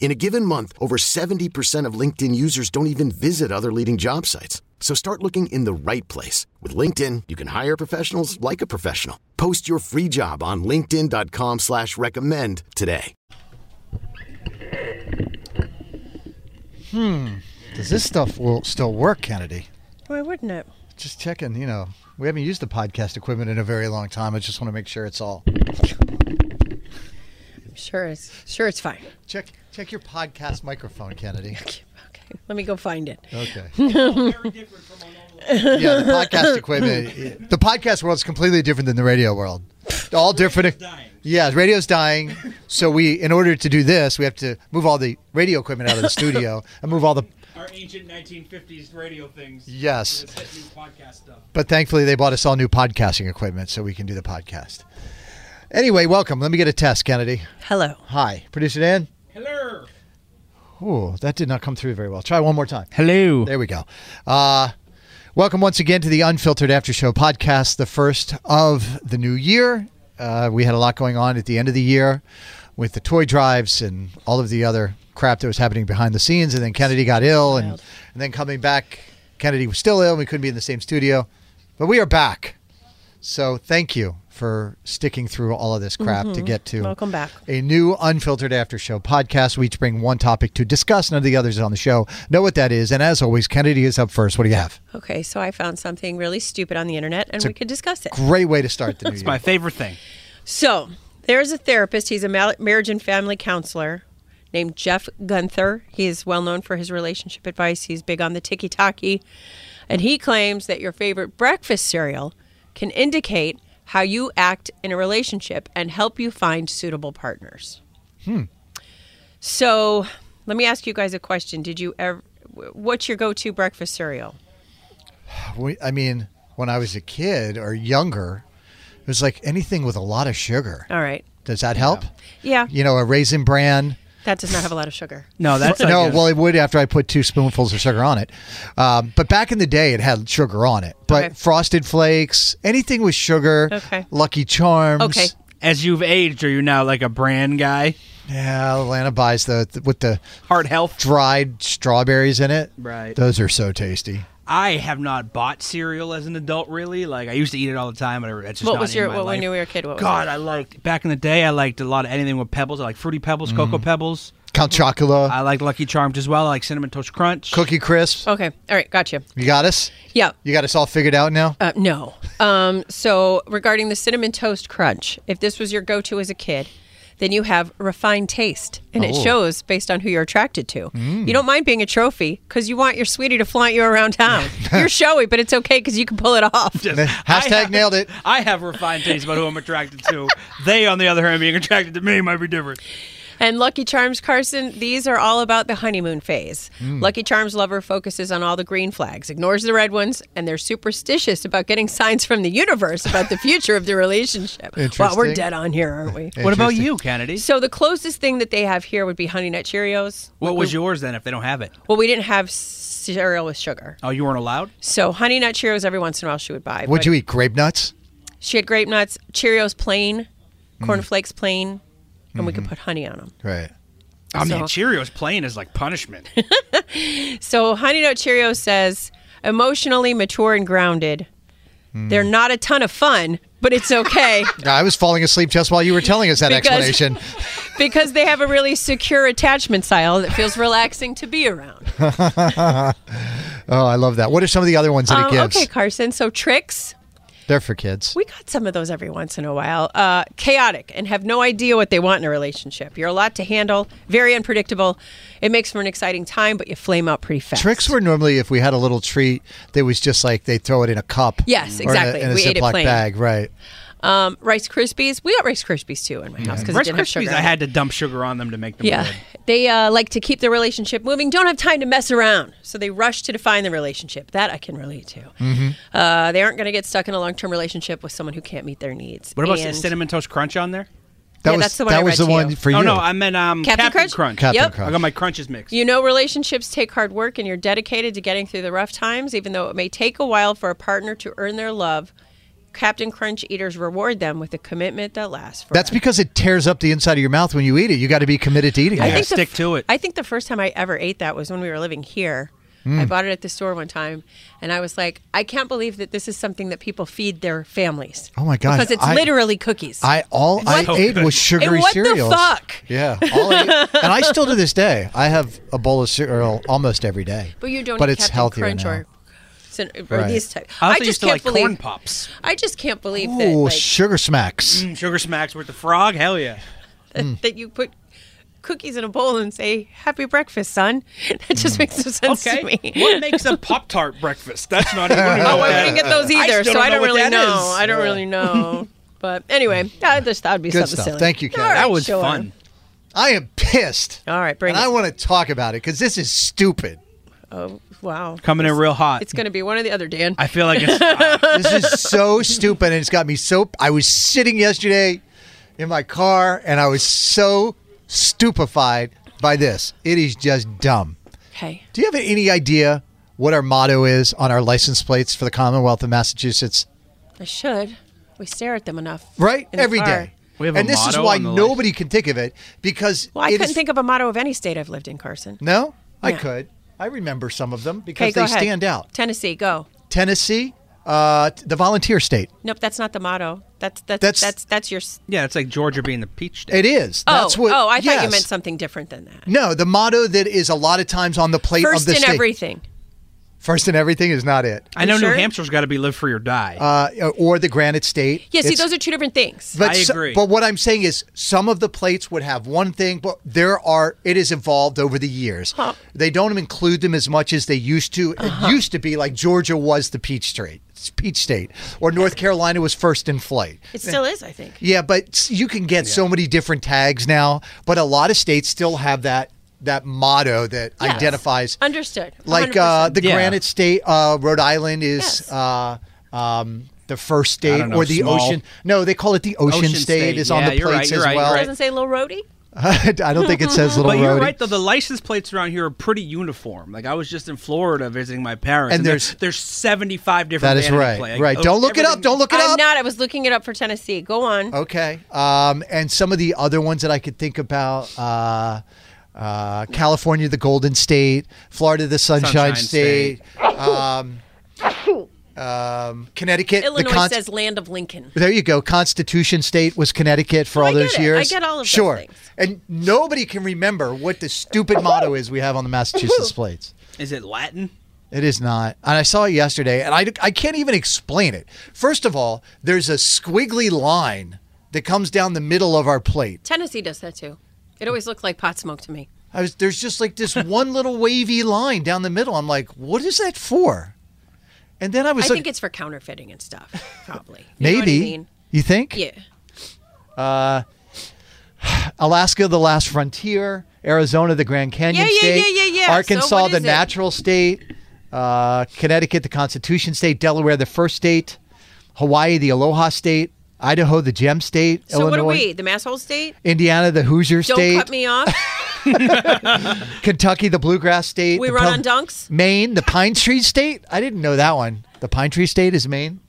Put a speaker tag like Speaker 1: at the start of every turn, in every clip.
Speaker 1: In a given month, over 70% of LinkedIn users don't even visit other leading job sites. So start looking in the right place. With LinkedIn, you can hire professionals like a professional. Post your free job on linkedin.com slash recommend today.
Speaker 2: Hmm. Does this stuff will still work, Kennedy?
Speaker 3: Why wouldn't it?
Speaker 2: Just checking, you know. We haven't used the podcast equipment in a very long time. I just want to make sure it's all.
Speaker 3: I'm sure it's sure it's fine.
Speaker 2: Check check your podcast microphone, Kennedy.
Speaker 3: Okay, let me go find it.
Speaker 2: Okay. yeah, the podcast equipment. The podcast world's completely different than the radio world. All different. e-, Yeah, radio's dying. So we, in order to do this, we have to move all the radio equipment out of the studio and move all the.
Speaker 4: our ancient 1950s radio things.
Speaker 2: Yes.
Speaker 4: With that new podcast stuff.
Speaker 2: But thankfully, they bought us all new podcasting equipment, so we can do the podcast. Anyway, welcome. Let me get a test, Kennedy.
Speaker 3: Hello.
Speaker 2: Hi, producer Dan.
Speaker 4: Hello.
Speaker 2: Ooh, that did not come through very well. Try one more time.
Speaker 5: Hello.
Speaker 2: There we go. Uh, welcome once again to the Unfiltered After Show podcast, the first of the new year. Uh, we had a lot going on at the end of the year with the toy drives and all of the other crap that was happening behind the scenes. And then Kennedy got ill, and, and then coming back, Kennedy was still ill. And we couldn't be in the same studio, but we are back. So thank you for sticking through all of this crap to get to
Speaker 3: Welcome back.
Speaker 2: a new unfiltered after show podcast. We each bring one topic to discuss. None of the others on the show know what that is. And as always, Kennedy is up first. What do you have?
Speaker 3: Okay, so I found something really stupid on the internet and we could discuss it.
Speaker 2: Great way to start the new year.
Speaker 5: My favorite thing.
Speaker 3: So, there's a therapist, he's a mal- marriage and family counselor named Jeff Gunther. He is well known for his relationship advice. He's big on the tiki taki. And he claims that your favorite breakfast cereal can indicate how you act in a relationship and help you find suitable partners.
Speaker 5: Hmm.
Speaker 3: So, let me ask you guys a question. Did you ever what's your go-to breakfast cereal?
Speaker 2: We- I mean, when I was a kid or younger, it was like anything with a lot of sugar.
Speaker 3: All right.
Speaker 2: Does that help?
Speaker 3: Yeah.
Speaker 2: You know, a raisin bran.
Speaker 3: That does not have a lot of sugar.
Speaker 5: No, that's like
Speaker 2: no,
Speaker 5: a-
Speaker 2: well, it would after I put two spoonfuls of sugar on it. Um, but back in the day, it had sugar on it. But
Speaker 3: Okay.
Speaker 2: frosted flakes, anything with sugar,
Speaker 3: Okay.
Speaker 2: Lucky Charms.
Speaker 3: Okay.
Speaker 5: as you've aged, are you now like a brand guy?
Speaker 2: Yeah, Atlanta buys the th- with the
Speaker 5: Heart health.
Speaker 2: dried strawberries in it.
Speaker 5: Right.
Speaker 2: Those are so tasty.
Speaker 5: I have not bought cereal as an adult, really. Like I used to eat it all the time, but I- that's just
Speaker 3: What
Speaker 5: not
Speaker 3: was
Speaker 5: in
Speaker 3: your
Speaker 5: my
Speaker 3: what
Speaker 5: life.
Speaker 3: when you were a kid? What was
Speaker 5: God,
Speaker 3: it?
Speaker 5: I liked back in the day. I liked a lot of anything with pebbles. I like fruity pebbles,
Speaker 2: Mm-hmm.
Speaker 5: cocoa pebbles.
Speaker 2: Count Chocula,
Speaker 5: I like Lucky Charms as well. I like cinnamon toast crunch.
Speaker 2: Cookie Crisp.
Speaker 3: Okay. All right. Gotcha.
Speaker 2: You got us.
Speaker 3: Yeah.
Speaker 2: You got us all figured out now.
Speaker 3: Uh, no. Um, so regarding the cinnamon toast crunch, if this was your go-to as a kid, then you have refined taste, and it shows based on who you're attracted to. You don't mind being a trophy because you want your sweetie to flaunt you around town. you're showy, but it's okay because you can pull it off.
Speaker 2: Hashtag
Speaker 5: have-
Speaker 2: nailed it.
Speaker 5: I have refined taste about who I'm attracted to. they, on the other hand, being attracted to me might be different.
Speaker 3: And Lucky Charms, Carson, these are all about the honeymoon phase.
Speaker 2: Hmm.
Speaker 3: Lucky Charms lover focuses on all the green flags, ignores the red ones, and they're superstitious about getting signs from the universe about the future of the relationship. Well, we're
Speaker 2: Interesting.
Speaker 3: dead on here, aren't we?
Speaker 5: What about
Speaker 2: Interesting.
Speaker 5: you, Kennedy?
Speaker 3: so the closest thing that they have here would be Honey Nut Cheerios.
Speaker 5: What was yours then? If they don't have it,
Speaker 3: Well, we didn't have cereal with sugar.
Speaker 5: oh, you weren't allowed.
Speaker 3: So Honey Nut Cheerios every once in a while she would buy.
Speaker 2: Would
Speaker 3: but
Speaker 2: you eat grape nuts?
Speaker 3: She had grape nuts, Cheerios plain,
Speaker 2: Hmm.
Speaker 3: corn flakes plain, and we could
Speaker 2: Mm-hmm.
Speaker 3: put honey on them.
Speaker 2: Right.
Speaker 5: I mean,
Speaker 3: So-
Speaker 5: Cheerios plain is like punishment.
Speaker 3: So Honey Nut Cheerio says emotionally mature and grounded.
Speaker 2: Hmm.
Speaker 3: They're not a ton of fun, but it's okay
Speaker 2: I was falling asleep just while you were telling us that
Speaker 3: Because-
Speaker 2: explanation.
Speaker 3: because they have a really secure attachment style that feels relaxing to be around.
Speaker 2: Oh, I love that. What are some of the other ones that
Speaker 3: Um,
Speaker 2: it gives?
Speaker 3: okay, Carson. So tricks,
Speaker 2: They're for kids.
Speaker 3: We got some of those every once in a while. Uh, chaotic and have no idea what they want in a relationship. You're a lot to handle, very unpredictable. It makes for an exciting time, but you flame out pretty fast.
Speaker 2: Tricks were normally if we had a little treat, they was just like they throw it in a cup.
Speaker 3: Yes,
Speaker 2: or
Speaker 3: exactly.
Speaker 2: In a, in a
Speaker 3: We ate it
Speaker 2: Ziploc
Speaker 3: plain.
Speaker 2: bag, right?
Speaker 3: um, Rice Krispies. We got Rice Krispies too in my house because it
Speaker 5: Rice
Speaker 3: didn't have
Speaker 5: Krispies,
Speaker 3: sugar.
Speaker 5: I had to dump sugar on them to make them
Speaker 3: Yeah.
Speaker 5: good.
Speaker 3: They uh, like to keep the relationship moving, don't have time to mess around. So they rush to define the relationship. That I can relate to.
Speaker 5: Mm-hmm.
Speaker 3: Uh, they aren't going to get stuck in a long term relationship with someone who can't meet their needs.
Speaker 5: What about
Speaker 3: And-
Speaker 5: cinnamon toast crunch on there?
Speaker 2: That
Speaker 3: Yeah,
Speaker 2: was
Speaker 3: that's the one
Speaker 2: that
Speaker 3: I
Speaker 2: was
Speaker 3: read
Speaker 2: the
Speaker 3: to
Speaker 2: one
Speaker 3: you.
Speaker 2: for
Speaker 5: Oh
Speaker 2: you.
Speaker 5: no, I meant um,
Speaker 3: Captain Crunch?
Speaker 2: Captain
Speaker 3: Yep.
Speaker 5: I
Speaker 2: Crunch.
Speaker 5: got my crunches mixed.
Speaker 3: You know, relationships take hard work and you're dedicated to getting through the rough times, even though it may take a while for a partner to earn their love. Captain Crunch eaters reward them with a commitment that lasts forever.
Speaker 2: That's because it tears up the inside of your mouth when you eat it. You got to be committed to eating
Speaker 5: I
Speaker 2: it.
Speaker 5: think-
Speaker 3: the
Speaker 5: stick
Speaker 3: f-
Speaker 5: to it.
Speaker 3: I think the first time I ever ate that was when we were living here.
Speaker 2: Hmm.
Speaker 3: I bought it at the store one time, and I was like, I can't believe that this is something that people feed their families.
Speaker 2: Oh, my God.
Speaker 3: Because it's
Speaker 2: I-
Speaker 3: literally cookies.
Speaker 2: I all I
Speaker 5: What-
Speaker 2: ate was
Speaker 3: and
Speaker 2: sugary
Speaker 3: what
Speaker 2: cereals.
Speaker 3: the fuck?
Speaker 2: Yeah, all I ate- and I still to this day I have a bowl of cereal almost every day.
Speaker 3: But you don't
Speaker 2: But
Speaker 3: eat
Speaker 2: it's
Speaker 3: Captain
Speaker 2: healthier
Speaker 3: Crunch
Speaker 2: now.
Speaker 3: or, cin- or
Speaker 2: Right.
Speaker 3: these types.
Speaker 5: I also
Speaker 3: just
Speaker 5: used to
Speaker 3: can't
Speaker 5: like
Speaker 3: believe.
Speaker 5: corn pops.
Speaker 3: I just can't believe that.
Speaker 2: Ooh,
Speaker 3: like, Mm.
Speaker 2: sugar smacks.
Speaker 5: Sugar smacks with the frog. Hell yeah.
Speaker 2: mm.
Speaker 3: that you put cookies in a bowl and say "Happy breakfast, son." That just
Speaker 2: Hmm.
Speaker 3: makes no sense to
Speaker 5: Okay.
Speaker 3: me.
Speaker 5: what makes a Pop Tart breakfast? That's not even.
Speaker 3: Oh, I didn't get those
Speaker 5: I
Speaker 3: either,
Speaker 5: still
Speaker 3: so
Speaker 5: don't
Speaker 3: I
Speaker 5: know
Speaker 3: don't
Speaker 5: what
Speaker 3: really
Speaker 5: that
Speaker 3: know.
Speaker 5: is.
Speaker 3: I don't really know. But anyway, I just thought it'd be
Speaker 2: Good
Speaker 3: something
Speaker 2: stuff.
Speaker 3: silly.
Speaker 2: Thank you, Kat.
Speaker 3: All right,
Speaker 5: That was
Speaker 3: sure.
Speaker 5: fun.
Speaker 2: I am pissed.
Speaker 3: All right, bring
Speaker 2: and I
Speaker 3: it.
Speaker 2: want to talk about it because this is stupid.
Speaker 3: Oh, wow.
Speaker 5: Coming in real hot.
Speaker 3: It's going to be one or the other, Dan.
Speaker 5: I feel like it's. uh,
Speaker 2: This is so stupid, and it's got me so. I was sitting yesterday in my car, and I was so stupefied by this. It is just dumb.
Speaker 3: Okay.
Speaker 2: Do you have any idea what our motto is on our license plates for the Commonwealth of Massachusetts?
Speaker 3: I should. We stare at them enough.
Speaker 2: Right,
Speaker 3: in the
Speaker 2: every day.
Speaker 3: car.
Speaker 5: We have a
Speaker 2: and this is
Speaker 5: motto
Speaker 2: why
Speaker 5: on the
Speaker 2: nobody can think of it because
Speaker 3: Well, I
Speaker 2: it
Speaker 3: couldn't
Speaker 2: is-
Speaker 3: think of a motto of any state I've lived in, Carson.
Speaker 2: No, I
Speaker 3: Yeah.
Speaker 2: could. I remember some of them
Speaker 3: Okay,
Speaker 2: because
Speaker 3: go
Speaker 2: they
Speaker 3: ahead.
Speaker 2: stand out.
Speaker 3: Tennessee, go.
Speaker 2: Tennessee, uh, the volunteer state.
Speaker 3: Nope, that's not the motto. That's that's
Speaker 2: That's-
Speaker 3: that's that's, your. s-
Speaker 5: yeah, it's like Georgia being the peach state.
Speaker 2: It is.
Speaker 3: Oh,
Speaker 2: That's what.
Speaker 3: oh, I thought you
Speaker 2: yes.
Speaker 3: meant something different than that.
Speaker 2: No, the motto that is a lot of times on the plate of
Speaker 3: First
Speaker 2: the
Speaker 3: in
Speaker 2: state.
Speaker 3: everything.
Speaker 2: First in everything is not it.
Speaker 5: I know
Speaker 3: sure?
Speaker 5: New Hampshire's got to be live free or die.
Speaker 2: Uh, or the Granite State.
Speaker 3: Yeah, see,
Speaker 2: It's-
Speaker 3: those are two different things.
Speaker 2: But
Speaker 5: I
Speaker 2: so-
Speaker 5: agree.
Speaker 2: but what I'm saying is, some of the plates would have one thing, but there are it has evolved over the years. They don't include them as much as they used to. It used to be like Georgia was the peach state, peach state, or North Carolina was first in flight.
Speaker 3: it still is, I think.
Speaker 2: Yeah, but you can get so many different tags now. But a lot of states still have that that motto that
Speaker 3: Yes.
Speaker 2: identifies,
Speaker 3: Understood.
Speaker 2: like uh,
Speaker 3: 100%.
Speaker 2: the
Speaker 5: Yeah.
Speaker 2: Granite State, uh, Rhode Island is
Speaker 3: Yes.
Speaker 2: uh, um, the first state,
Speaker 5: don't know,
Speaker 2: or the
Speaker 5: small.
Speaker 2: ocean. No, they call it the Ocean,
Speaker 5: Ocean
Speaker 2: state,
Speaker 5: State.
Speaker 2: is on
Speaker 5: Yeah,
Speaker 2: the
Speaker 5: you're right,
Speaker 2: plates
Speaker 5: you're
Speaker 2: as
Speaker 5: right,
Speaker 2: well.
Speaker 5: you're
Speaker 3: doesn't say little roadie.
Speaker 2: I don't think it says Little
Speaker 5: but you're
Speaker 2: Roadie.
Speaker 5: right, though. The license plates around here are pretty uniform. Like I was just in Florida visiting my parents,
Speaker 2: And
Speaker 5: there-
Speaker 2: there's-
Speaker 5: there's 75 different.
Speaker 2: That is
Speaker 5: vanity
Speaker 2: right,
Speaker 5: plate.
Speaker 2: right.
Speaker 5: Like,
Speaker 2: Don't look it up.
Speaker 5: Oh, everything-
Speaker 2: Don't look it
Speaker 3: I'm
Speaker 2: up.
Speaker 3: not. I was looking it up for Tennessee. Go on.
Speaker 2: Okay. Um, and some of the other ones that I could think about uh, uh, California, the Golden State, Florida, the Sunshine,
Speaker 5: Sunshine
Speaker 2: State, um, um, Connecticut.
Speaker 3: Illinois
Speaker 2: the Con-
Speaker 3: says land of Lincoln.
Speaker 2: There you go. Constitution State was Connecticut for all
Speaker 3: Oh, I get
Speaker 2: those
Speaker 3: it. I
Speaker 2: years.
Speaker 3: get all of those
Speaker 2: Sure.
Speaker 3: things.
Speaker 2: And nobody can remember what the stupid motto is we have on the Massachusetts plates.
Speaker 5: Is it Latin?
Speaker 2: It is not. And I saw it yesterday, and I, I can't even explain it. First of all, there's a squiggly line that comes down the middle of our plate.
Speaker 3: Tennessee does that too. It always looked like pot smoke to me.
Speaker 2: I was, there's just like this one little wavy line down the middle. I'm like, what is that for? And then I was
Speaker 3: I
Speaker 2: like,
Speaker 3: think it's for counterfeiting and stuff, probably. You know what I
Speaker 2: maybe.
Speaker 3: mean?
Speaker 2: You think?
Speaker 3: Yeah.
Speaker 2: Alaska, the last frontier. Arizona, the Grand Canyon
Speaker 3: Yeah, yeah,
Speaker 2: state.
Speaker 3: yeah, yeah, yeah. So
Speaker 2: Arkansas,
Speaker 3: what
Speaker 2: the
Speaker 3: is it?
Speaker 2: natural state. Uh, Connecticut, the Constitution state. Delaware, the first state. Hawaii, the Aloha state. Idaho, the Gem state.
Speaker 3: So
Speaker 2: Illinois,
Speaker 3: what are we? The masshole state?
Speaker 2: Indiana, the Hoosier
Speaker 3: Don't
Speaker 2: state.
Speaker 3: cut me off.
Speaker 2: Kentucky, the Bluegrass state.
Speaker 3: We
Speaker 2: the
Speaker 3: run
Speaker 2: Pel-
Speaker 3: on dunks?
Speaker 2: Maine, the Pine Tree state. I didn't know that one. The Pine Tree state is Maine.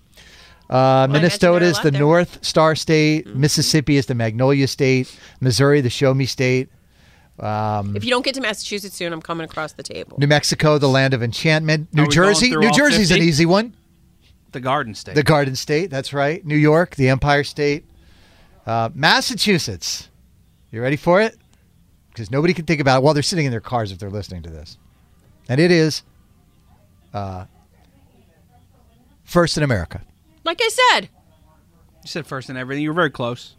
Speaker 2: Uh,
Speaker 3: there are
Speaker 2: Minnesota
Speaker 3: a
Speaker 2: is
Speaker 3: lot
Speaker 2: the
Speaker 3: there. Mm-hmm.
Speaker 2: North Star state. Mississippi is the Magnolia state. Missouri, the Show Me state.
Speaker 3: if you don't get to Massachusetts soon, I'm coming across the table.
Speaker 2: Mm. New Mexico, the land of enchantment. New
Speaker 5: we going
Speaker 2: Jersey,
Speaker 5: through
Speaker 2: New
Speaker 5: all
Speaker 2: Jersey's an
Speaker 5: 50?
Speaker 2: easy one.
Speaker 5: The Garden State.
Speaker 2: The Garden State, that's right. New York, the Empire State. Uh, Massachusetts. You ready for it? Because nobody can think about it while they're sitting in their cars if they're listening to this. And it is uh, first in America.
Speaker 3: Like I said,
Speaker 5: You said first in everything. You were very close.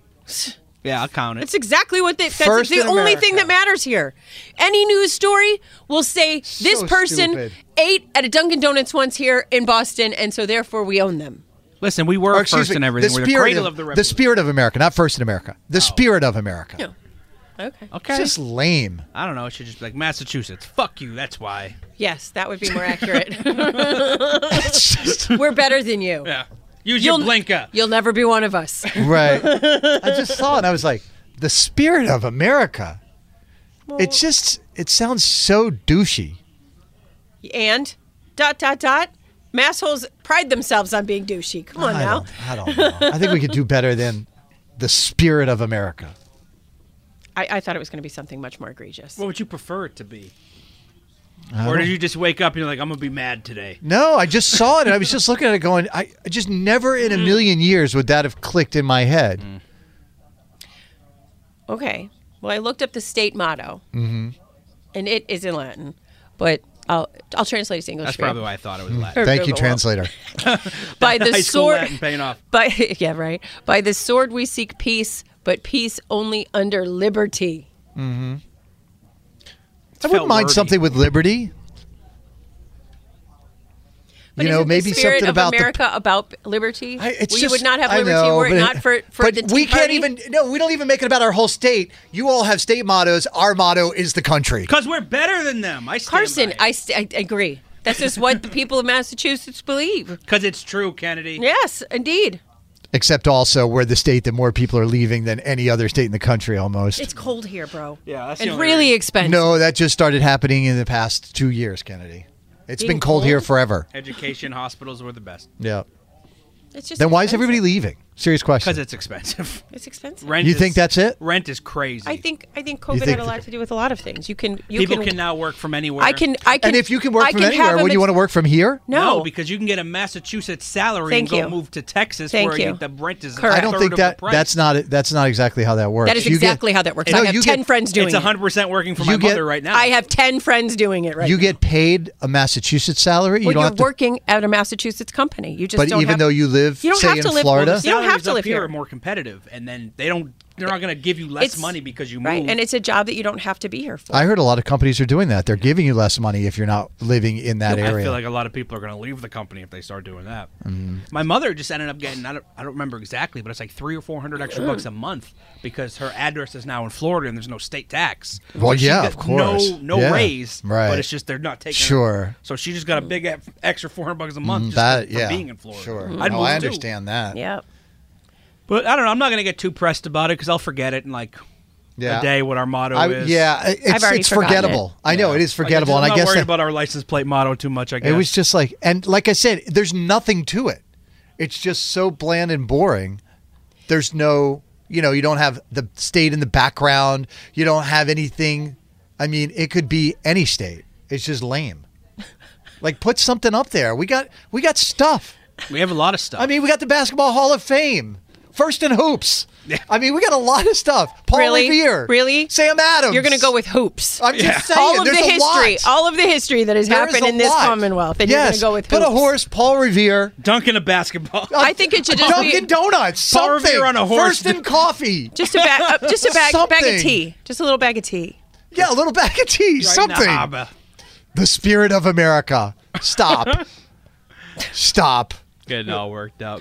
Speaker 5: Yeah, I'll count it.
Speaker 3: That's exactly what they, that's
Speaker 2: First
Speaker 3: the
Speaker 2: in
Speaker 3: only
Speaker 2: America.
Speaker 3: thing that matters here. Any news story will say this
Speaker 2: So
Speaker 3: person
Speaker 2: stupid.
Speaker 3: ate at a Dunkin' Donuts once here in Boston, and so therefore we own them.
Speaker 5: Listen, we were
Speaker 2: Or Oh, excuse
Speaker 5: first
Speaker 2: me,
Speaker 5: in everything.
Speaker 2: The
Speaker 5: We're
Speaker 2: spirit
Speaker 5: the cradle
Speaker 2: of,
Speaker 5: of, the
Speaker 2: the
Speaker 5: revolution. Oh.
Speaker 2: spirit of America, not first in America. The spirit of America.
Speaker 3: Yeah. Okay.
Speaker 5: okay.
Speaker 2: It's just lame.
Speaker 5: I don't know. It should just be like Massachusetts. Fuck you. That's why.
Speaker 3: Yes, that would be more accurate. We're better than you.
Speaker 5: Yeah. Use
Speaker 3: You'll-
Speaker 5: your blinker.
Speaker 3: You'll never be one of us.
Speaker 2: Right. I just saw it and I was like, the spirit of America. It just it sounds so douchey.
Speaker 3: And dot dot dot. Massholes pride themselves on being douchey. Come on
Speaker 2: I
Speaker 3: now.
Speaker 2: don't, I don't know. I think we could do better than the spirit of America.
Speaker 3: I, I thought it was going to be something much more egregious.
Speaker 5: What would you prefer it to be? Or did you just wake up and you're like, I'm gonna be mad today?
Speaker 2: No, I just saw it and I was just looking at it going, I, I just never in a
Speaker 3: Mm.
Speaker 2: million years would that have clicked in my head.
Speaker 5: Mm.
Speaker 3: Okay. Well, I looked up the state motto, mm-hmm. and it is in Latin, but I'll I'll translate it to English.
Speaker 5: That's
Speaker 3: for you.
Speaker 5: probably why I thought it was Latin.
Speaker 3: Or
Speaker 2: Thank you,
Speaker 3: Google.
Speaker 2: translator.
Speaker 3: By the
Speaker 5: High school
Speaker 3: sword,
Speaker 5: Latin paying off.
Speaker 3: by yeah, right. By the sword we seek peace, but peace only under liberty.
Speaker 2: I wouldn't
Speaker 5: Felt
Speaker 2: mind
Speaker 5: wordy.
Speaker 2: something with liberty.
Speaker 3: But
Speaker 2: you know,
Speaker 3: isn't
Speaker 2: maybe
Speaker 3: the spirit
Speaker 2: something
Speaker 3: of
Speaker 2: about the
Speaker 3: America about liberty.
Speaker 2: I, it's
Speaker 3: we
Speaker 2: just,
Speaker 3: would not have
Speaker 2: I
Speaker 3: liberty
Speaker 2: know,
Speaker 3: were it
Speaker 2: but-
Speaker 3: not for for
Speaker 2: but
Speaker 3: the Tea
Speaker 2: we can't
Speaker 3: Party.
Speaker 2: even. No, we don't even make it about our whole state. You all have state mottos. Our motto is the country.
Speaker 5: Because we're better than them. I stand
Speaker 3: Carson,
Speaker 5: by it.
Speaker 3: I, st- I agree. That's just what the people of Massachusetts believe.
Speaker 5: Because it's true, Kennedy.
Speaker 3: Yes, indeed.
Speaker 2: Except also, we're the state that more people are leaving than any other state in the country, almost.
Speaker 3: It's cold here, bro.
Speaker 5: Yeah, that's the
Speaker 3: and
Speaker 5: only
Speaker 3: really
Speaker 5: reason.
Speaker 3: expensive.
Speaker 2: no, that just started happening in the past two years, Kennedy. It's
Speaker 3: Being
Speaker 2: been cold,
Speaker 3: cold?
Speaker 2: here forever.
Speaker 5: Education hospitals were the best.
Speaker 2: Yeah.
Speaker 3: it's just
Speaker 2: Then why is
Speaker 3: expensive.
Speaker 2: everybody leaving? Serious question.
Speaker 5: Because it's expensive.
Speaker 3: It's expensive.
Speaker 5: Rent.
Speaker 2: You
Speaker 5: is-
Speaker 2: think that's it?
Speaker 5: Rent is crazy.
Speaker 3: I think I think COVID
Speaker 2: think-
Speaker 3: had a lot to do with a lot of things. You can you
Speaker 5: people
Speaker 3: can,
Speaker 5: can, now work from anywhere.
Speaker 3: I can I can
Speaker 2: and if you can work
Speaker 3: I
Speaker 2: from
Speaker 3: can have
Speaker 2: anywhere,
Speaker 3: them
Speaker 2: would you
Speaker 3: ex-
Speaker 2: want to work from here?
Speaker 3: No,
Speaker 5: because you can get a Massachusetts salary
Speaker 3: Thank
Speaker 5: and go
Speaker 3: you.
Speaker 5: move to Texas
Speaker 3: Thank
Speaker 5: where
Speaker 3: you.
Speaker 5: you- the rent is.
Speaker 3: Correct.
Speaker 5: A
Speaker 2: I don't
Speaker 5: third
Speaker 2: think
Speaker 5: of
Speaker 2: that
Speaker 5: the price.
Speaker 2: that's not that's not exactly how that works.
Speaker 3: that is
Speaker 2: You get-
Speaker 3: exactly how that works.
Speaker 2: No,
Speaker 3: I have
Speaker 2: you
Speaker 3: ten
Speaker 2: get-
Speaker 3: friends doing
Speaker 5: It's
Speaker 3: it.
Speaker 5: 100 percent working for
Speaker 2: You
Speaker 5: my
Speaker 2: get-
Speaker 5: mother right now.
Speaker 3: I have ten friends doing it right.
Speaker 2: You
Speaker 3: now.
Speaker 2: get paid a Massachusetts salary. You
Speaker 3: well,
Speaker 2: don't
Speaker 3: you're
Speaker 2: have to
Speaker 3: working at a Massachusetts company. You just
Speaker 2: But
Speaker 3: don't
Speaker 2: even
Speaker 3: have-
Speaker 2: though you live,
Speaker 3: you don't
Speaker 2: say,
Speaker 3: have
Speaker 2: in
Speaker 3: to live
Speaker 2: Florida-
Speaker 3: you don't have
Speaker 5: salaries
Speaker 3: to
Speaker 5: up
Speaker 3: live
Speaker 5: here,
Speaker 3: here.
Speaker 5: are more competitive, and then they don't. They're not going to give you less
Speaker 3: It's-
Speaker 5: money because you move.
Speaker 3: right, and it's a job that you don't have to be here for.
Speaker 2: I heard a lot of companies are doing that. They're giving you less money if you're not living in that
Speaker 5: I
Speaker 2: area. Mm-hmm.
Speaker 5: feel like a lot of people are going to leave the company if they start doing that. My mother just ended up getting I don't, I don't remember exactly, but it's like three or four hundred extra bucks a month because her address is now in Florida and there's no state tax.
Speaker 2: Well,
Speaker 5: she
Speaker 2: yeah,
Speaker 5: got
Speaker 2: of course.
Speaker 5: No, no
Speaker 2: Yeah,
Speaker 5: raise,
Speaker 2: right.
Speaker 5: But it's just they're not taking.
Speaker 2: Sure. Mm,
Speaker 5: So she just got a big e- extra four hundred bucks a month just
Speaker 2: that,
Speaker 5: for
Speaker 2: yeah,
Speaker 5: being in Florida.
Speaker 2: Sure,
Speaker 5: I'd
Speaker 2: No,
Speaker 5: move
Speaker 2: I
Speaker 5: too.
Speaker 2: understand that.
Speaker 3: yeah.
Speaker 5: but I don't know. I'm not going to get too pressed about it because I'll forget it in like
Speaker 2: Yeah.
Speaker 5: a day what our motto
Speaker 2: I,
Speaker 5: is.
Speaker 2: yeah, i- it's,
Speaker 3: already
Speaker 2: it's
Speaker 3: forgotten
Speaker 2: forgettable. I know it is forgettable,
Speaker 5: I'm
Speaker 2: and I
Speaker 5: not
Speaker 2: guess
Speaker 5: worried
Speaker 2: that,
Speaker 5: about our license plate motto too much. I guess
Speaker 2: it was just like, and like I said, there's nothing to it. It's just so bland and boring. There's no, you know, you don't have the state in the background. You don't have anything. I mean, it could be any state. It's just lame. like, put something up there. We got we got stuff.
Speaker 5: we have a lot of stuff.
Speaker 2: I mean, we got the Basketball Hall of Fame, first in hoops. I mean, we got a lot of stuff. Paul
Speaker 3: Really?
Speaker 2: Revere,
Speaker 3: Really?
Speaker 2: Sam Adams.
Speaker 3: You're going to go with hoops.
Speaker 2: I'm just saying,
Speaker 3: all of the
Speaker 2: there's a
Speaker 3: history,
Speaker 2: lot.
Speaker 3: all of the history that has
Speaker 2: There is
Speaker 3: happened
Speaker 2: a
Speaker 3: in this
Speaker 2: lot.
Speaker 3: Commonwealth, and
Speaker 2: yes.
Speaker 3: you're going to go
Speaker 2: put
Speaker 3: with
Speaker 2: a
Speaker 3: hoops.
Speaker 2: horse, Paul Revere.
Speaker 5: Dunking a basketball.
Speaker 3: I think it should just be
Speaker 2: Dunkin' Donuts,
Speaker 5: Paul
Speaker 2: something.
Speaker 5: Revere on a horse.
Speaker 2: First in coffee.
Speaker 3: Just a bag, uh, just a bag, bag
Speaker 2: Something.
Speaker 3: of tea, just a little bag of tea.
Speaker 2: Yeah, a little bag of tea. something.
Speaker 5: Nah, but-
Speaker 2: The spirit of America. Stop. Stop.
Speaker 5: Getting all worked up.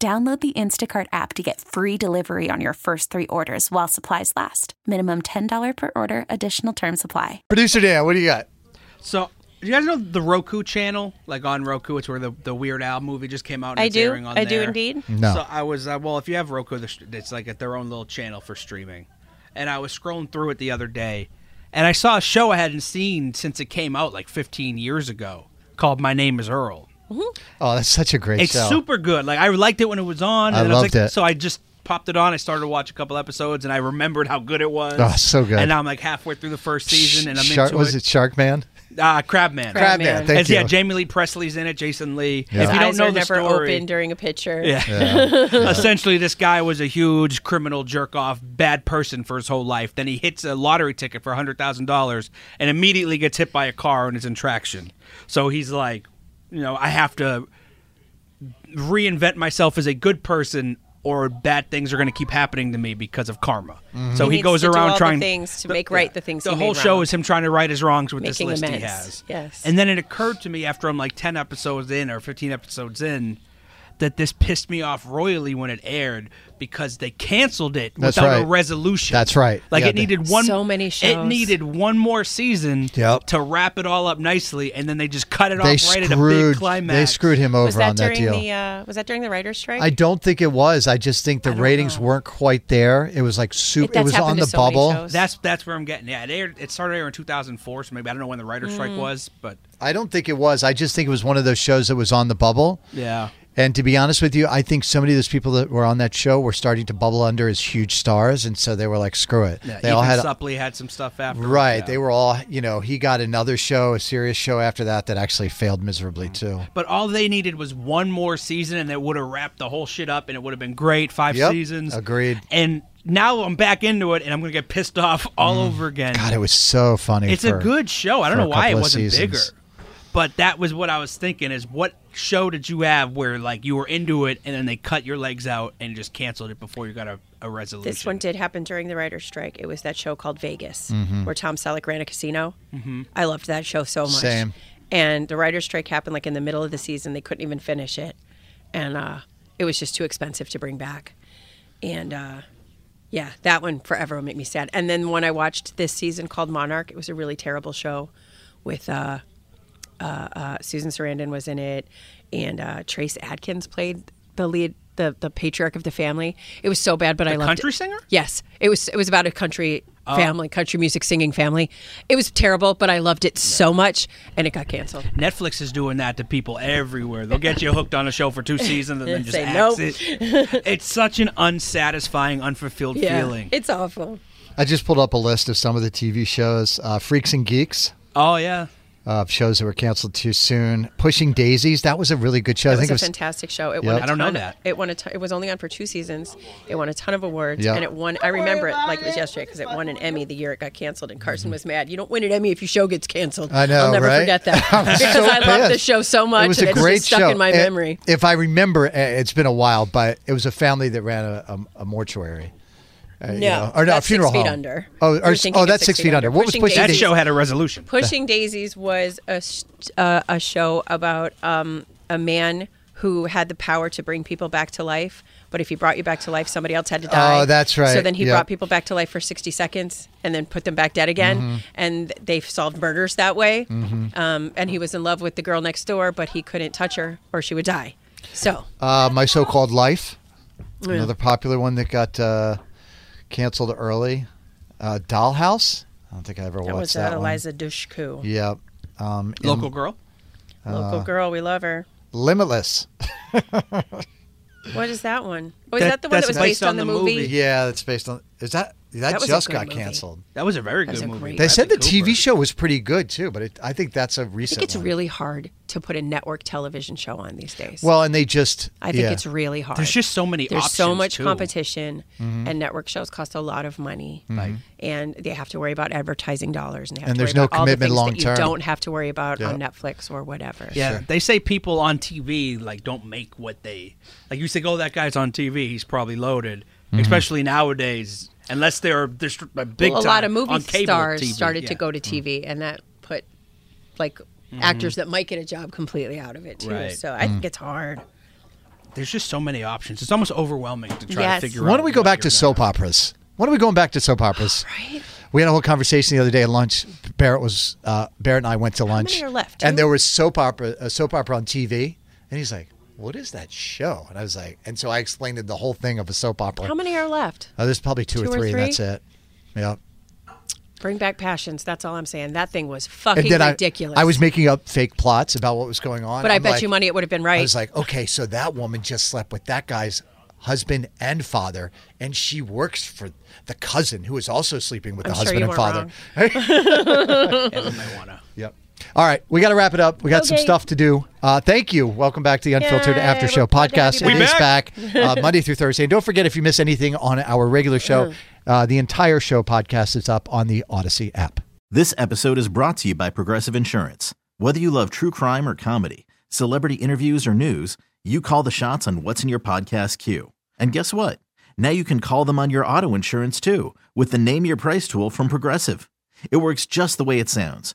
Speaker 6: Download the Instacart app to get free delivery on your first three orders while supplies last. Minimum $10 per order, additional term supply.
Speaker 2: Producer Dan, what do you got?
Speaker 5: So, do you guys know the Roku channel? Like on Roku, it's where the, the Weird Al movie just came out. And
Speaker 3: I
Speaker 5: it's
Speaker 3: do,
Speaker 5: airing on
Speaker 3: I do
Speaker 5: there.
Speaker 3: indeed.
Speaker 2: No.
Speaker 5: So I was uh, well, if you have Roku, there's- it's like at their own little channel for streaming. And I was scrolling through it the other day, and I saw a show I hadn't seen since it came out like 15 years ago called My Name Is Earl.
Speaker 2: Oh, that's such a great
Speaker 5: It's
Speaker 2: show.
Speaker 5: super good. Like I liked it when it was on.
Speaker 2: I
Speaker 5: and
Speaker 2: loved
Speaker 5: was like,
Speaker 2: it.
Speaker 5: So I just popped it on. I started to watch a couple episodes, and I remembered how good it was.
Speaker 2: Oh, so good.
Speaker 5: And now I'm like halfway through the first season, and I'm
Speaker 2: Shark,
Speaker 5: into
Speaker 2: was
Speaker 5: it.
Speaker 2: it Shark Man?
Speaker 5: Ah, Crabman.
Speaker 3: Crab-
Speaker 2: Crab
Speaker 3: Man.
Speaker 2: Man. Thank
Speaker 5: It's-
Speaker 2: you.
Speaker 5: Yeah, Jamie Lee Presley's in it. Jason Lee.
Speaker 2: Yeah.
Speaker 5: If you don't
Speaker 3: Eyes
Speaker 5: know
Speaker 3: are
Speaker 5: the
Speaker 3: never
Speaker 5: story,
Speaker 3: open during a picture.
Speaker 5: Yeah. Essentially, this guy was a huge criminal jerk off, bad person for his whole life. Then he hits a lottery ticket for $100,000 and immediately gets hit by a car and is in traction. So he's like, you know, I have to reinvent myself as a good person or bad things are going to keep happening to me because of karma. So he,
Speaker 3: needs
Speaker 5: goes
Speaker 3: to do
Speaker 5: around
Speaker 3: all the
Speaker 5: trying
Speaker 3: things to make right the things
Speaker 5: The
Speaker 3: he made
Speaker 5: whole show
Speaker 3: wrong.
Speaker 5: is him trying to right his wrongs with
Speaker 3: Making
Speaker 5: this list he
Speaker 3: amends.
Speaker 5: has.
Speaker 3: Yes.
Speaker 5: And then it occurred to me after I'm like 10 episodes in or 15 episodes in that this pissed me off royally when it aired because they canceled it
Speaker 2: That's
Speaker 5: without a
Speaker 2: right.
Speaker 5: resolution.
Speaker 2: That's right.
Speaker 5: Like
Speaker 2: Yeah,
Speaker 5: it
Speaker 2: they-
Speaker 5: needed one
Speaker 3: So many
Speaker 5: It
Speaker 3: shows.
Speaker 5: needed one more season
Speaker 2: Yep.
Speaker 5: to wrap it all up nicely and then they just cut it
Speaker 2: They
Speaker 5: off right at a big
Speaker 2: screwed.
Speaker 5: climax.
Speaker 2: They screwed him over
Speaker 3: Was that
Speaker 2: on that
Speaker 3: during
Speaker 2: deal.
Speaker 3: the uh, was that during the writer's strike?
Speaker 2: I don't think it was. I just think the ratings weren't quite there. It was like
Speaker 3: It-
Speaker 2: super. It
Speaker 3: that's
Speaker 2: was
Speaker 3: happened
Speaker 2: on
Speaker 3: to
Speaker 2: the
Speaker 3: so many
Speaker 2: bubble.
Speaker 3: shows.
Speaker 5: That's that's where I'm getting. Yeah, it, aired, it started airing in 2004, so maybe I don't know when the writer's strike
Speaker 3: Mm.
Speaker 5: was, but
Speaker 2: I don't think it was. I just think it was one of those shows that was on the bubble.
Speaker 5: yeah.
Speaker 2: And to be honest with you, I think so many of those people that were on that show were starting to bubble under as huge stars, and so they were like, "Screw it."
Speaker 5: yeah
Speaker 2: they all
Speaker 5: Ethan
Speaker 2: had
Speaker 5: Suplee had some stuff after.
Speaker 2: right.
Speaker 5: yeah.
Speaker 2: They were all, you know, he got another show, a serious show after that that actually failed miserably too.
Speaker 5: But all they needed was one more season, and it would have wrapped the whole shit up, and it would have been great. Five
Speaker 2: Yep,
Speaker 5: seasons.
Speaker 2: agreed.
Speaker 5: And now I'm back into it, and I'm gonna get pissed off all over again.
Speaker 2: God, it was so funny.
Speaker 5: it's
Speaker 2: Mm. for-
Speaker 5: a good show. I don't
Speaker 2: for a
Speaker 5: know why it
Speaker 2: couple of
Speaker 5: wasn't bigger.
Speaker 2: seasons.
Speaker 5: But that was what I was thinking: is what show did you have where like you were into it, and then they cut your legs out and just canceled it before you got a, a resolution?
Speaker 3: This one did happen during the writer's strike. It was that show called Vegas,
Speaker 2: Mm-hmm.
Speaker 3: where Tom Selleck ran a casino. Mm-hmm. I loved that show so much.
Speaker 2: Same.
Speaker 3: And the writer's strike happened like in the middle of the season. They couldn't even finish it, and uh, it was just too expensive to bring back. And uh, yeah, that one forever will make me sad. And then when I watched this season called Monarch, it was a really terrible show with. Uh, uh, Susan Sarandon was in it, and uh, Trace Adkins played the lead, the the patriarch of the family. It was so bad, but I loved
Speaker 5: country
Speaker 3: it.
Speaker 5: singer? Oh.
Speaker 3: Yes, it was. It was about a country family, country music singing family. It was terrible, but I loved it so much, and it got canceled.
Speaker 5: Netflix is doing that to people everywhere. They'll get you hooked on a show for two seasons and then just
Speaker 3: Say
Speaker 5: axe
Speaker 3: nope.
Speaker 5: it. It's such an unsatisfying, unfulfilled feeling.
Speaker 3: it's awful.
Speaker 2: I just pulled up a list of some of the TV shows, uh, Freaks and Geeks.
Speaker 5: oh yeah,
Speaker 2: Uh, shows that were canceled too soon. Pushing Daisies, that was a really good show. I
Speaker 3: It was
Speaker 2: think
Speaker 3: a
Speaker 2: it was
Speaker 3: fantastic show. It won.
Speaker 2: Yep.
Speaker 3: a
Speaker 5: I don't know
Speaker 3: ton-
Speaker 5: that.
Speaker 3: It won a. Ton, it was only on for two seasons. It won a ton of awards,
Speaker 2: Yep.
Speaker 3: and it won. I remember it like it was yesterday because it won an Emmy the year it got canceled, and Carson was mad. You don't win an Emmy if your show gets canceled.
Speaker 2: I know,
Speaker 3: I'll never
Speaker 2: right?
Speaker 3: forget that
Speaker 2: I was
Speaker 3: because
Speaker 2: so
Speaker 3: I love the
Speaker 2: pissed.
Speaker 3: show so much.
Speaker 2: It was
Speaker 3: and
Speaker 2: a
Speaker 3: it's
Speaker 2: great
Speaker 3: just stuck
Speaker 2: show.
Speaker 3: in my
Speaker 2: It-
Speaker 3: memory.
Speaker 2: If I remember, uh, it's been a while, but it was a family that ran a, a, a mortuary. Uh, you
Speaker 3: No,
Speaker 2: know, or no, a
Speaker 3: that's
Speaker 2: funeral
Speaker 3: Six Feet
Speaker 2: home.
Speaker 3: Under.
Speaker 2: Oh,
Speaker 3: You're
Speaker 2: or, s-
Speaker 3: thinking
Speaker 2: oh,
Speaker 3: of
Speaker 2: that's six feet under. What was
Speaker 3: Pushing
Speaker 2: pushing?
Speaker 5: that
Speaker 3: Daisies.
Speaker 5: show had a resolution.
Speaker 3: Pushing Daisies was a s- uh, a show about um, a man who had the power to bring people back to life. But if he brought you back to life, somebody else had to die.
Speaker 2: Oh, that's
Speaker 3: So
Speaker 2: right.
Speaker 3: then he
Speaker 2: Yep.
Speaker 3: brought people back to life for 60 seconds and then put them back dead again. And they solved murders that way. Um, and he was in love with the girl next door, but he couldn't touch her or she would die. So
Speaker 2: Uh, My so-called life, another popular one that got uh, canceled early. Uh, Dollhouse. I don't think I ever
Speaker 3: that was
Speaker 2: watched
Speaker 3: that
Speaker 2: that
Speaker 3: Eliza Dushku.
Speaker 2: one. Yeah. Um, in
Speaker 5: Local girl.
Speaker 3: Local girl, we love her.
Speaker 2: Limitless.
Speaker 3: What is that one? Oh, is
Speaker 5: That-
Speaker 3: that the one that
Speaker 5: that's
Speaker 3: was
Speaker 5: based
Speaker 3: based on
Speaker 5: on
Speaker 3: the
Speaker 5: the
Speaker 3: movie?
Speaker 5: movie.
Speaker 2: Yeah, that's based on. Is that that,
Speaker 3: That was a
Speaker 2: just
Speaker 3: good
Speaker 2: got
Speaker 3: movie.
Speaker 2: canceled?
Speaker 5: That was a very
Speaker 3: was
Speaker 5: good
Speaker 3: a
Speaker 5: movie.
Speaker 3: great-
Speaker 2: They said the
Speaker 5: Bradley Cooper.
Speaker 2: TV show was pretty good too, but it, I think that's a
Speaker 3: I
Speaker 2: recent.
Speaker 3: think it's
Speaker 2: one.
Speaker 3: really hard to put a network television show on these days.
Speaker 2: well, and they just.
Speaker 3: I think
Speaker 2: yeah.
Speaker 3: it's really hard.
Speaker 5: There's just so many.
Speaker 3: There's
Speaker 5: options
Speaker 3: so much
Speaker 5: too.
Speaker 3: competition,
Speaker 2: Mm-hmm.
Speaker 3: and network shows cost a lot of money, and they have to worry about advertising dollars, and, they have
Speaker 2: And
Speaker 3: to
Speaker 2: there's
Speaker 3: worry
Speaker 2: no
Speaker 3: about all the
Speaker 2: commitment
Speaker 3: things
Speaker 2: long
Speaker 3: that you
Speaker 2: term.
Speaker 3: don't have to worry about
Speaker 2: Yeah.
Speaker 3: on Netflix or whatever.
Speaker 5: Yeah, they say people on TV like don't make what they like. You think, oh, that guy's on TV, he's probably loaded.
Speaker 2: Mm-hmm.
Speaker 5: Especially nowadays, unless they're, they're str- like, big.
Speaker 3: well, a lot
Speaker 5: time
Speaker 3: of movie
Speaker 5: on cable
Speaker 3: stars
Speaker 5: TV,
Speaker 3: started to
Speaker 5: yeah. Mm-hmm.
Speaker 3: go to TV, and that put like actors that might get a job completely out of it too.
Speaker 5: Right.
Speaker 3: So I
Speaker 2: Mm.
Speaker 3: think it's hard.
Speaker 5: There's just so many options. It's almost overwhelming to try
Speaker 3: Yes.
Speaker 5: to figure out.
Speaker 2: Why don't we go
Speaker 5: what
Speaker 2: back to
Speaker 5: you're gonna-
Speaker 2: soap operas? Why are we going back to soap operas?
Speaker 3: Right?
Speaker 2: We had a whole conversation the other day at lunch. Barrett was uh, Barrett and I went to lunch.
Speaker 3: many are left? Two?
Speaker 2: And there was soap opera, a soap opera on TV, and he's like, "What is that show?" And I was like, and so I explained the whole thing of a soap opera.
Speaker 3: How many are left?
Speaker 2: Oh, there's probably two,
Speaker 3: Two
Speaker 2: or
Speaker 3: or
Speaker 2: three.
Speaker 3: three?
Speaker 2: That's it. Yeah.
Speaker 3: Bring back passions. That's all I'm saying. That thing was fucking
Speaker 2: then I-
Speaker 3: ridiculous.
Speaker 2: I, was making up fake plots about what was going on.
Speaker 3: but i
Speaker 2: I'm
Speaker 3: bet
Speaker 2: like-
Speaker 3: you money it would have been
Speaker 2: I
Speaker 3: right.
Speaker 2: was like, okay, so that woman just slept with that guy's husband and father, and she works for the cousin who is also sleeping with
Speaker 3: I'm
Speaker 2: the
Speaker 3: sure
Speaker 2: husband
Speaker 3: you
Speaker 2: and
Speaker 3: weren't
Speaker 2: father.
Speaker 3: wrong.
Speaker 2: Yep. All right, we got to wrap it up. We got some
Speaker 3: Okay.
Speaker 2: stuff to do. Uh, thank you. Welcome back to the Unfiltered
Speaker 3: Yay,
Speaker 2: After
Speaker 3: we're
Speaker 2: Show
Speaker 3: glad to have
Speaker 2: podcast.
Speaker 3: you
Speaker 2: It is
Speaker 5: back.
Speaker 2: back uh, Monday through Thursday. And don't forget, if you miss anything on our regular show,
Speaker 3: Uh-huh.
Speaker 2: uh, the entire show podcast is up on the Odyssey app.
Speaker 7: This episode is brought to you by Progressive Insurance. Whether you love true crime or comedy, celebrity interviews or news, you call the shots on what's in your podcast queue. And guess what? Now you can call them on your auto insurance too with the Name Your Price tool from Progressive. It works just the way it sounds.